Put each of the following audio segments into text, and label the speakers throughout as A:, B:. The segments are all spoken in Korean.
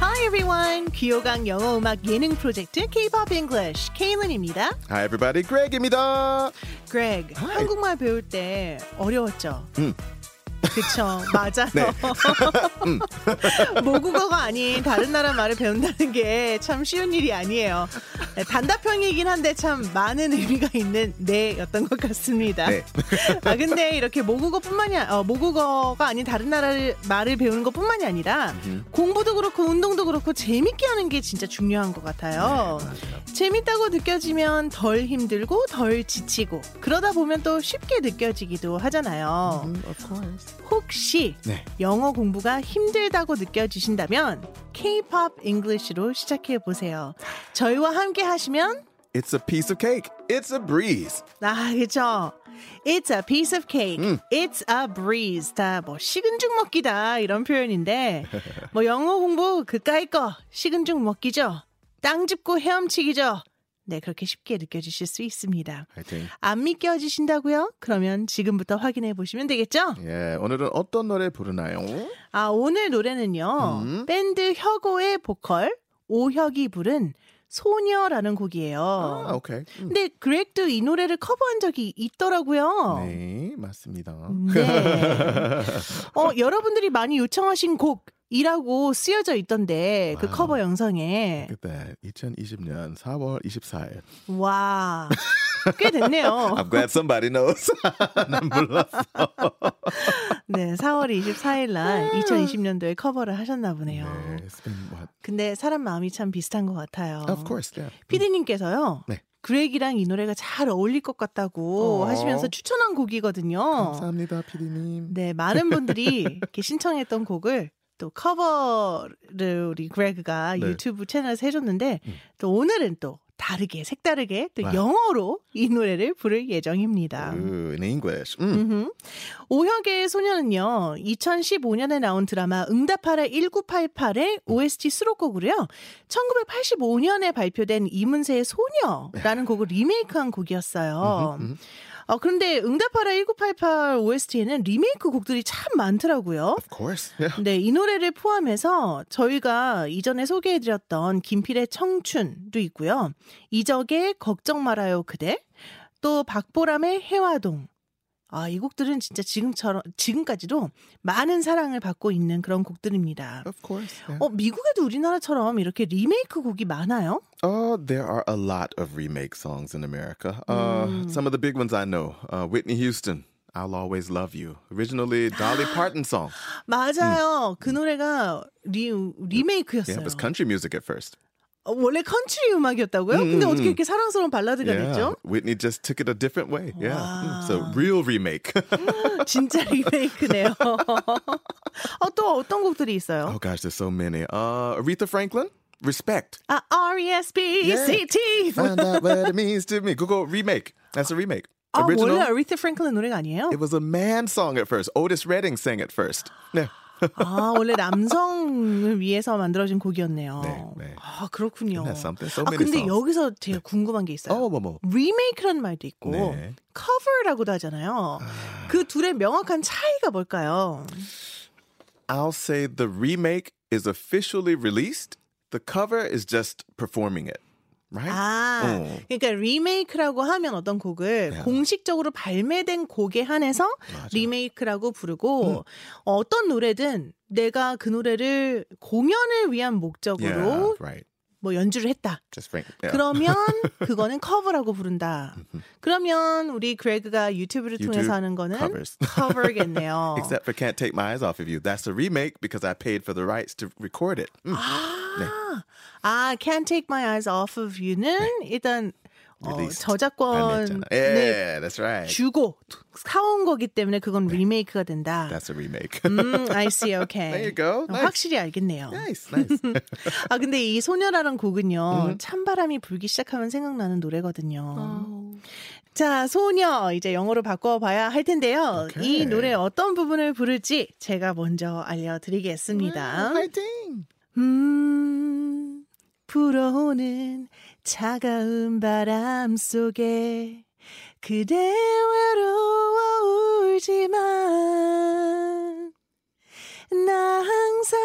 A: Hi everyone. 귀요강 영어 음악 예능 프로젝트 K-pop English 케일린입니다.
B: Hi everybody, Greg입니다.
A: Greg,
B: Hi.
A: 한국말 배울 때 어려웠죠?
B: 음. 네.
A: 그쵸, 맞아요. 모국어가 아닌 다른 나라 말을 배운다는 게 참 쉬운 일이 아니에요. 네, 단답형이긴 한데 참 많은 의미가 있는 네였던 것 같습니다.
B: 네.
A: 아 근데 이렇게 모국어뿐만이 아- 어, 모국어가 아닌 다른 나라를 말을 배우는 것뿐만이 아니라 공부도 그렇고 운동도 그렇고 재밌게 하는 게 진짜 중요한 것
B: 네,
A: 같아요. 재밌다고 느껴지면 덜 힘들고 덜 지치고 그러다 보면 또 쉽게 느껴지기도 하잖아요. 혹시
B: 네.
A: 영어 공부가 힘들다고 느껴지신다면 K-pop English로 시작해 보세요. 저희와 함께 하시면
B: It's a piece of cake. It's a breeze.
A: 아, 그죠? It's a piece of cake.
B: 음.
A: It's a breeze. 다 뭐 식은 죽 먹기다 이런 표현인데 뭐 영어 공부 그까이 거 식은 죽 먹기죠. 땅 짚고 헤엄치기죠. 네, 그렇게 쉽게 느껴지실 수 있습니다.
B: 화이팅.
A: 안 믿겨지신다고요? 그러면 지금부터 확인해 보시면 되겠죠?
B: 예, 오늘은 어떤 노래 부르나요?
A: 아, 오늘 노래는요.
B: 음.
A: 밴드 혁오의 보컬 오혁이 부른 소녀라는 곡이에요.
B: 아, 오케이. 음.
A: 근데 그렉도 이 노래를 커버한 적이 있더라고요.
B: 네, 맞습니다.
A: 네. 어, 여러분들이 많이 요청하신 곡이라고 쓰여져 있던데 그
B: 와우.
A: 커버 영상에
B: 그때 2020년 4월 24일.
A: 와. 꽤 됐네요.
B: I'm glad somebody knows. 난 몰랐어.
A: 네, 4월 24일 날 2020년도에 커버를 하셨나 보네요.
B: 아. 네, it's been what?
A: 근데 사람 마음이 참 비슷한 것 같아요.
B: Of course, yeah.
A: 피디님께서요.
B: 네.
A: 그렉이랑 이 노래가 잘 어울릴 것 같다고
B: 어.
A: 하시면서 추천한 곡이거든요.
B: 감사합니다, 피디님.
A: 네, 많은 분들이 이렇게 신청했던 곡을 또 커버를 우리 그레그가
B: 네.
A: 유튜브 채널에서 해줬는데
B: 음.
A: 또 오늘은 또 다르게 색다르게 또
B: 와.
A: 영어로 이 노래를 부를 예정입니다.
B: Ooh, in English. 음.
A: 음흠. 오혁의 소녀는요, 2015년에 나온 드라마 응답하라
B: 음.
A: 1988의 OST 수록곡으로요, 1985년에 발표된 이문세의 소녀라는 곡을 리메이크한 곡이었어요.
B: 네. 음, 음.
A: 어, 그런데 응답하라 1988 OST에는 리메이크 곡들이 참 많더라고요.
B: Of course. Yeah.
A: 네, 이 노래를 포함해서 저희가 이전에 소개해드렸던 김필의 청춘도 있고요. 이적의 걱정 말아요 그대, 또 박보람의 해화동. 아, 이 곡들은 진짜 지금처럼, 지금까지도 많은 사랑을 받고 있는 그런 곡들입니다.
B: Of course. Yeah.
A: 어, 미국에도 우리나라처럼 이렇게 리메이크 곡이 많아요?
B: Uh, there are a lot of remake songs in America. Uh, Some of the big ones I know uh, Whitney Houston, I'll Always Love You. Originally, Dolly Parton song.
A: 맞아요. 그 노래가 리, 리메이크였어요.
B: Yeah, it was country music at first.
A: 어, 원래 컨트리 음악이었다고요? 근데 어떻게 이렇게 사랑스러운
B: 예.
A: 발라드가 됐죠?
B: Whitney just took it a different way. Yeah. Mm, So,
A: Wow.
B: real remake.
A: 진짜 리메이크네요. 어, 또 어떤 곡들이 있어요?
B: oh, gosh, there's so many. Uh, Aretha Franklin, Respect.
A: 아,
B: 예.
A: R-E-S-P-E-C-T.
B: Find out what it means to me. Google remake. That's a remake.
A: 아,
B: Original. 예.
A: 원래 아리타 프랭클린 노래가 아니에요?
B: It was a man song at first. Otis Redding sang it first. Yeah.
A: 아, 원래 남성을 위해서 만들어진 곡이었네요.
B: 네, 네.
A: 아, 그렇군요.
B: Isn't that something? So
A: 아,
B: many
A: 근데
B: songs.
A: 여기서 제가 궁금한 게 있어요.
B: Oh, 뭐뭐.
A: 리메이크라는 말도 있고
B: 네.
A: 커버라고도 하잖아요. 그 둘의 명확한 차이가 뭘까요?
B: I'll say the remake is officially released. The cover is just performing it, right?
A: 아,
B: 어. 네.
A: 그러니까 리메이크라고 하면 어떤 곡을 공식적으로 발매된 곡에 한해서 리메이크라고 부르고
B: 음.
A: 어떤 노래든 내가 그 노래를 공연을 위한
B: yeah,
A: 목적으로
B: right.
A: 뭐 연주를 했다.
B: Just frank. Yeah.
A: 그러면 그거는 커버라고 부른다. 그러면 우리 그레그가 유튜브를
B: YouTube
A: 통해서 하는 거는
B: covers.
A: 커버겠네요.
B: Except for "Can't Take My Eyes Off of You." That's a remake because I paid for the rights to record it. Mm.
A: 아, 아, Can't Take My Eyes Off of You는 일단 어,
B: Released.
A: 저작권
B: 네. 발매했잖아. 예,
A: 네,
B: Yeah, that's right.
A: 주고 사온 거기 때문에 그건 리메이크가 된다.
B: 네. That's a remake.
A: 음, I see, okay.
B: There you go.
A: 어,
B: Nice.
A: 확실히 알겠네요.
B: nice, nice.
A: 아 근데 이 소녀라는 곡은요
B: 음.
A: 찬바람이 불기 시작하면 생각나는 노래거든요. 자 소녀 이제 영어로 바꿔봐야 할 텐데요. 이
B: 오케이.
A: 노래 어떤 부분을 부를지 제가 먼저 알려드리겠습니다.
B: Fighting.
A: 음, 불어오는 차가운 바람 속에 그대 외로워 울지만 나 항상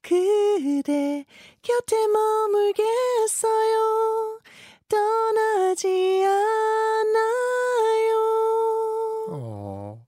A: 그대 내 곁에 머물겠어요. 떠나지 않아요.
B: Oh,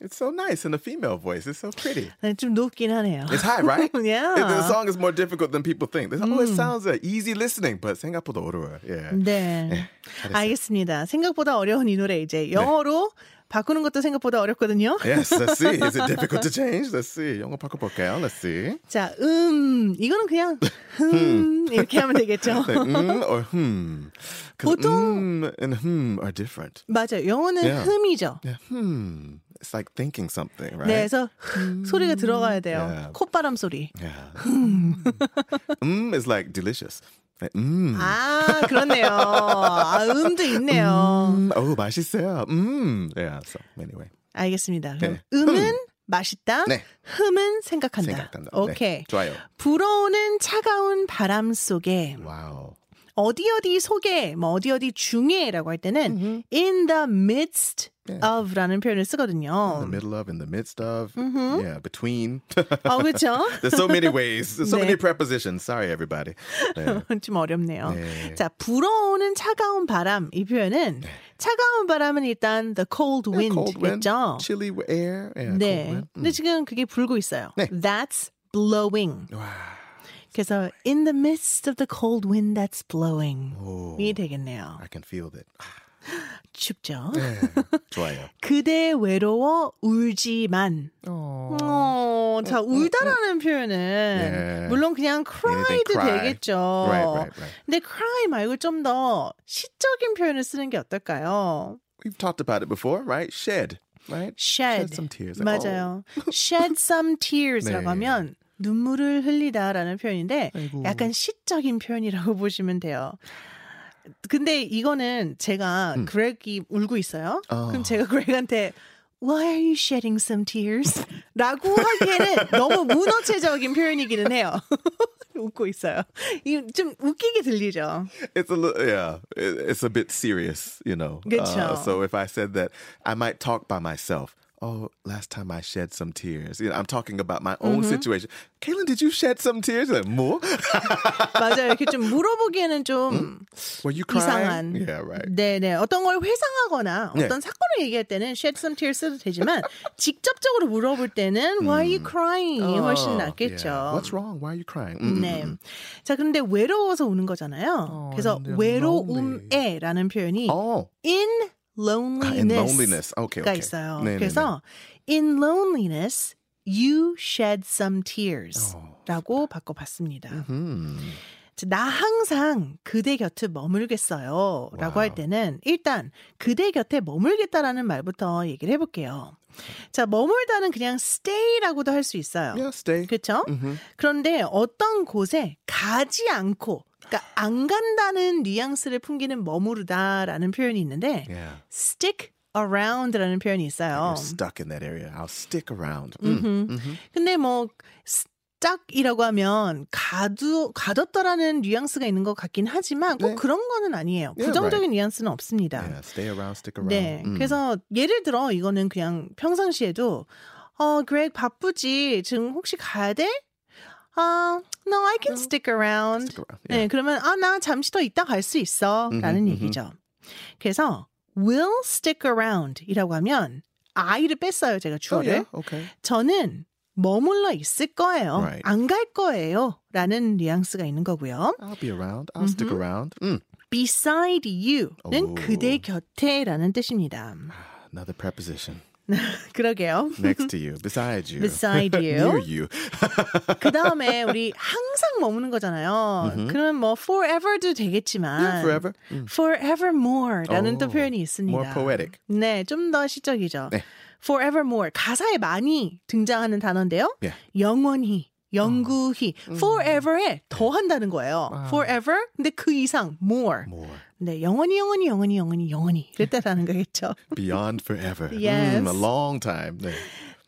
B: it's so nice in a female voice. It's so pretty.
A: 네, 좀 높긴 하네요.
B: It's high, right?
A: Yeah.
B: The song is more difficult than people think. They say, Oh, it sounds uh, easy listening, but 생각보다 어려워요. Yeah.
A: 네. 알겠습니다. 생각보다 어려운 이 노래 이제 영어로 바꾸는 것도 생각보다 어렵거든요.
B: Yes, let's see. Is it difficult to change? Let's see. 영어 바꿔볼게요. Let's see.
A: 자, 음, 이거는 그냥 음 이렇게 하면 되겠죠.
B: 네, 음 or hmm. 'Cause
A: 보통-
B: 음 and hmm are different.
A: 맞아요. 영어는
B: Yeah.
A: 흠이죠.
B: Yeah, hmm. It's like thinking something, right?
A: 네, 그래서 흐 소리가 들어가야 돼요.
B: Yeah.
A: 콧바람 소리.
B: Yeah. mm is like delicious. Like,
A: Ah.
B: mm.
A: 아, 그렇네요. 아, 음도 있네요.
B: Mm, oh, 맛있어요. Mm. Yeah. So anyway,
A: 알겠습니다. 그럼
B: 네.
A: 음은 맛있다.
B: 네.
A: 흠은 생각한다.
B: 생각한다. 네,
A: 오케이.
B: 좋아요.
A: 불어오는 차가운 바람 속에
B: wow.
A: 어디 어디 속에 뭐 어디 어디 중에라고 할 때는 in the midst
B: 네.
A: of라는 표현을
B: In the
A: 쓰거든요.
B: middle of, in the midst of, yeah, between.
A: 어 그렇죠.
B: There's so many ways. There's so
A: 네.
B: many prepositions. Sorry, everybody. 네.
A: 좀 어렵네요.
B: 네.
A: 자, 불어오는 차가운 바람 이 표현은 차가운 바람은 일단 the cold
B: 네, cold wind,
A: wind겠죠.
B: chilly air. Yeah, cold
A: 네.
B: wind. 음.
A: 근데 지금 그게 불고 있어요.
B: 네.
A: That's blowing.
B: 와.
A: 그래서 in the midst of the cold wind that's blowing
B: 오.
A: 이 되겠네요.
B: Oh, I can feel that.
A: 춥죠.
B: 네. 좋아요.
A: 그대 외로워 울지만
B: Oh.
A: 어, 자 울다라는 표현은
B: 예.
A: 물론 그냥 cry도
B: Anything cry.
A: 되겠죠.
B: Right, right, right.
A: 근데 cry 말고 좀 더 시적인 표현을 쓰는 게 어떨까요?
B: We've talked about it before, right? Shed, right?
A: shed,
B: Shed some tears. Like, "Oh."
A: 맞아요. shed some tears라고
B: 네.
A: 하면 눈물을 흘리다라는 표현인데
B: 아이고.
A: 약간 시적인 표현이라고 보시면 돼요. 근데 이거는 제가
B: 음.
A: 그렉이 울고 있어요.
B: 어.
A: 그럼 제가 그렉한테 Why are you shedding some tears? 라고 하기에는 너무 문어체적인 표현이기는 해요. 웃고 있어요. 이좀 웃기게 들리죠.
B: It's a little, yeah. it- It's a bit serious, you know. Uh,
A: Good show.
B: so if I said that, I might talk by myself. Oh, last time I shed some tears. You know, I'm talking about my own situation. Kaylin, did you shed some tears? Like more?
A: 맞아요. 이렇게 좀 물어보기에는 좀
B: 음? Were you
A: 이상한.
B: crying? Yeah, right.
A: 네네. 어떤 걸 회상하거나
B: 네.
A: 어떤 사건을 얘기할 때는 shed some tears 써도 되지만 직접적으로 물어볼 때는 why are you crying? 이 훨씬
B: 음. Oh,
A: 낫겠죠.
B: yeah. What's wrong? Why are you crying? Mm, mm,
A: 네. 자, 그런데 외로워서 우는
B: 어,
A: 거잖아요. 그래서
B: and they're
A: 외로움에라는 표현이
B: Oh,
A: in
B: in
A: loneliness.
B: Uh, loneliness. Okay,
A: 가
B: okay.
A: 있어요.
B: 네, 네, 네.
A: 그래서 in loneliness you shed some tears
B: 어.
A: 라고 바꿔봤습니다.
B: Hmm.
A: 자, 나 항상 그대 곁에 머물겠어요. 라고 할 때는 일단 그대 곁에 머물겠다라는 말부터 얘기를 해볼게요. 자, 머물다는 그냥 stay라고도 할 수 있어요.
B: Yeah, stay.
A: 그렇죠? 그런데 어떤 곳에 가지 않고 그러니까 안 간다는 뉘앙스를 풍기는 머무르다라는 표현이 있는데
B: Yeah.
A: stick around라는 표현이 있어요.
B: You're stuck in that area. I'll stick around. Mm.
A: 근데 뭐 stuck이라고 하면 가두 가뒀다라는 뉘앙스가 있는 것 같긴 하지만 꼭
B: 네.
A: 그런 거는 아니에요.
B: Yeah,
A: 부정적인 뉘앙스는 없습니다.
B: Yeah, stay around, stick around.
A: 네.
B: Mm.
A: 그래서 예를 들어 이거는 그냥 평상시에도 어, 그렉 바쁘지. 지금 혹시 가야 돼? 아, no, I can stick around.
B: Stick around.
A: 네, 그러면 아, 나 잠시 더 이따 갈 수 있어. 라는 얘기죠. 그래서 will stick around 이라고 하면 I를 뺐어요. 제가
B: Oh,
A: 주어를.
B: yeah. Okay.
A: 저는 머물러 있을 거예요.
B: Right.
A: 안 갈 거예요. 라는 뉘앙스가 있는 거고요.
B: I'll be around. I'll stick around. Mm.
A: beside you는
B: 오. 아.
A: 그대 곁에라는 뜻입니다.
B: Another preposition.
A: 그러게요.
B: Next to you, beside you,
A: Beside you.
B: near you.
A: 그 다음에 우리 항상 머무는 거잖아요. 그러면 뭐 forever도 되겠지만
B: Mm-hmm. Yeah, forever. 음.
A: forevermore라는 또
B: 오,
A: 표현이 있습니다.
B: more poetic.
A: 네, 좀 더 시적이죠.
B: 네.
A: forevermore 가사에 많이 등장하는 단어인데요.
B: Yeah.
A: 영원히, 영구히,
B: 아, 음.
A: forever에 더한다는 거예요. forever 근데 그 이상 more.
B: More.
A: 네, 영원히, 영원히, 영원히, 영원히, 영원히 이랬다라는 거겠죠.
B: Beyond forever.
A: Yes.
B: Mm, a long time. 네.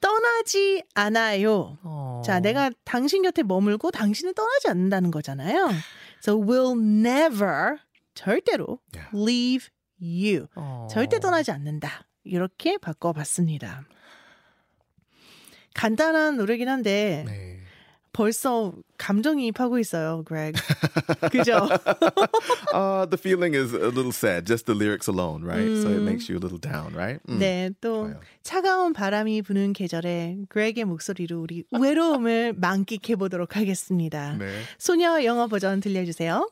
A: 떠나지 않아요.
B: 어.
A: 자, 내가 당신 곁에 머물고 당신은 떠나지 않는다는 거잖아요. So will never 절대로
B: Yeah. 어.
A: leave you. 절대 떠나지 않는다. 이렇게 바꿔봤습니다. 간단한 노래긴 한데
B: 네.
A: 벌써 감정이입하고 있어요, Greg. 그죠?
B: uh, the feeling is a little sad, just the lyrics alone, right? So it makes you a little down, right? Mm.
A: 네, 또 차가운 바람이 부는 계절에 Greg의 목소리로 우리 외로움을 만끽해 보도록 하겠습니다.
B: 네.
A: 소녀 영어 버전 들려주세요.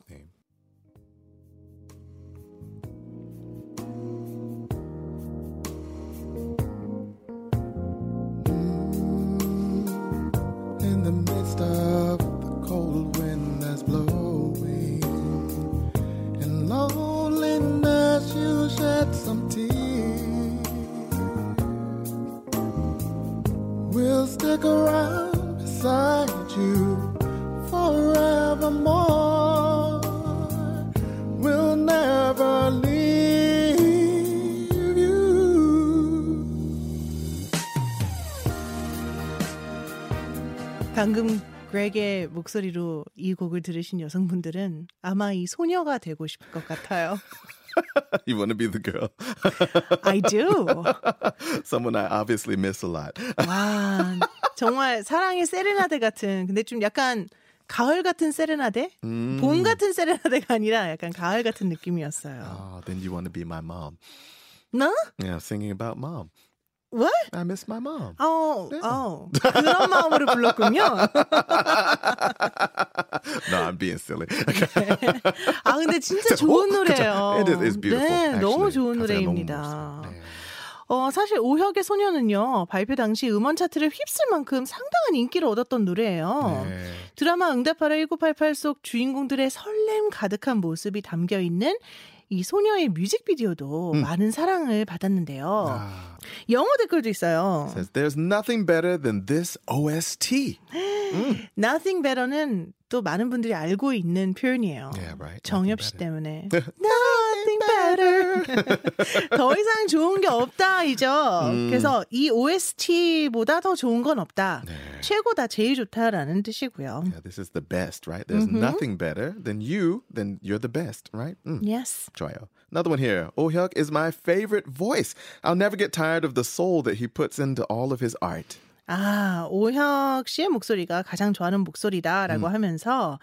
B: In the midst of the cold wind that's blowing, and loneliness, you shed some tears. We'll stick around beside you forevermore. We'll never leave you.
A: 방금 Greg의 목소리로 이 곡을 들으신 여성분들은 아마 이 소녀가 되고 싶을 것 같아요.
B: You want to be the girl.
A: I do.
B: Someone I obviously miss a lot.
A: 와 정말 사랑의 세레나데 같은 근데 좀 약간 가을 같은 세레나데
B: 음.
A: 봄 같은 세레나데가 아니라 약간 가을 같은 느낌이었어요.
B: Oh, then you want to be my mom.
A: 나?
B: Yeah, singing about mom.
A: What?
B: I miss my mom.
A: 어,
B: 네.
A: 어 그런 마음으로 불렀군요.
B: no, I'm being silly.
A: 아 근데 진짜 좋은 노래예요.
B: It is it's beautiful.
A: 네,
B: actually.
A: 너무 좋은
B: 가사에 너무
A: 노래입니다.
B: 멋있어요. 네.
A: 어, 사실 오혁의 소녀는요, 발표 당시 음원 차트를 휩쓸 만큼 상당한 인기를 얻었던 노래예요.
B: 네.
A: 드라마 응답하라 1988 속 주인공들의 설렘 가득한 모습이 담겨 있는 이 소녀의 뮤직비디오도 많은 사랑을 받았는데요.
B: 음. 아,
A: 영어 댓글도 있어요.
B: says there's nothing better than this OST.
A: Nothing better는 또 많은 분들이 알고 있는 표현이에요.
B: Yeah, right.
A: 정엽 씨 때문에 Nothing better 더 이상 좋은 게 없다이죠. 그래서 이 OST보다 더 좋은 건 없다. 최고다, 제일 좋다라는 뜻이고요.
B: Yeah, this is the best, right? There's
A: Mm-hmm.
B: nothing better than you. Then you're the best, right? Mm.
A: Yes.
B: Joyo. Another one here. Oh Hyuk is my favorite voice. I'll never get tired of the soul that he puts into all of his art.
A: 아, 오혁 씨의 목소리가 가장 좋아하는 목소리다라고 하면서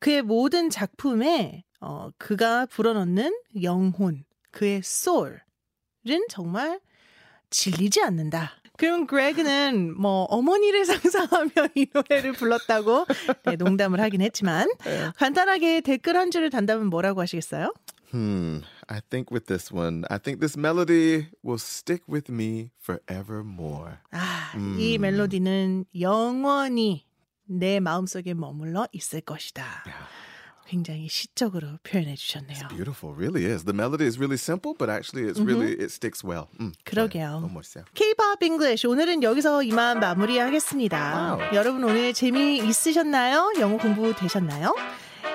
A: 그의 모든 작품에 어, 그가 불어넣는 영혼, 그의 소울은 정말 질리지 않는다. 그럼 그레그는 뭐 어머니를 상상하며 이 노래를 불렀다고 네, 농담을 하긴 했지만 간단하게 댓글 한 줄을 단다면 뭐라고 하시겠어요?
B: Hmm. I think with this one, I think this melody will stick with me forevermore.
A: 아, 이 멜로디는 영원히 내 마음속에 머물러 있을 것이다. 굉장히 시적으로 표현해 주셨네요.
B: Beautiful, really is. The melody is really simple, but actually, it's really it sticks well. Mm.
A: 그러게요.
B: 너무 멋있어요.
A: 네. K-pop English 오늘은 여기서 이만 마무리하겠습니다.
B: 와우.
A: 여러분 오늘 재미 있으셨나요? 영어 공부 되셨나요?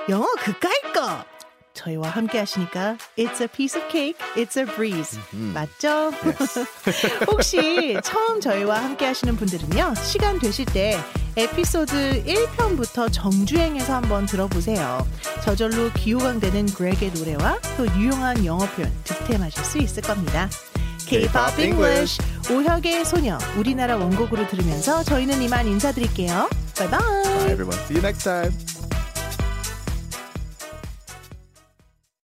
A: 영어 그까이 거 저희와 함께 하시니까 It's a piece of cake, it's a breeze 맞죠? 혹시 처음 저희와 함께 하시는 분들은요 시간 되실 때 에피소드 1편부터 정주행해서 한번 들어보세요. 저절로 기호강되는 그렉의 노래와 또 유용한 영어 표현 득템하실 수 있을 겁니다. K-pop English 오혁의 소녀 우리나라 원곡으로 들으면서 저희는 이만 인사드릴게요. 바이바이.
B: Bye, everyone. See you next time.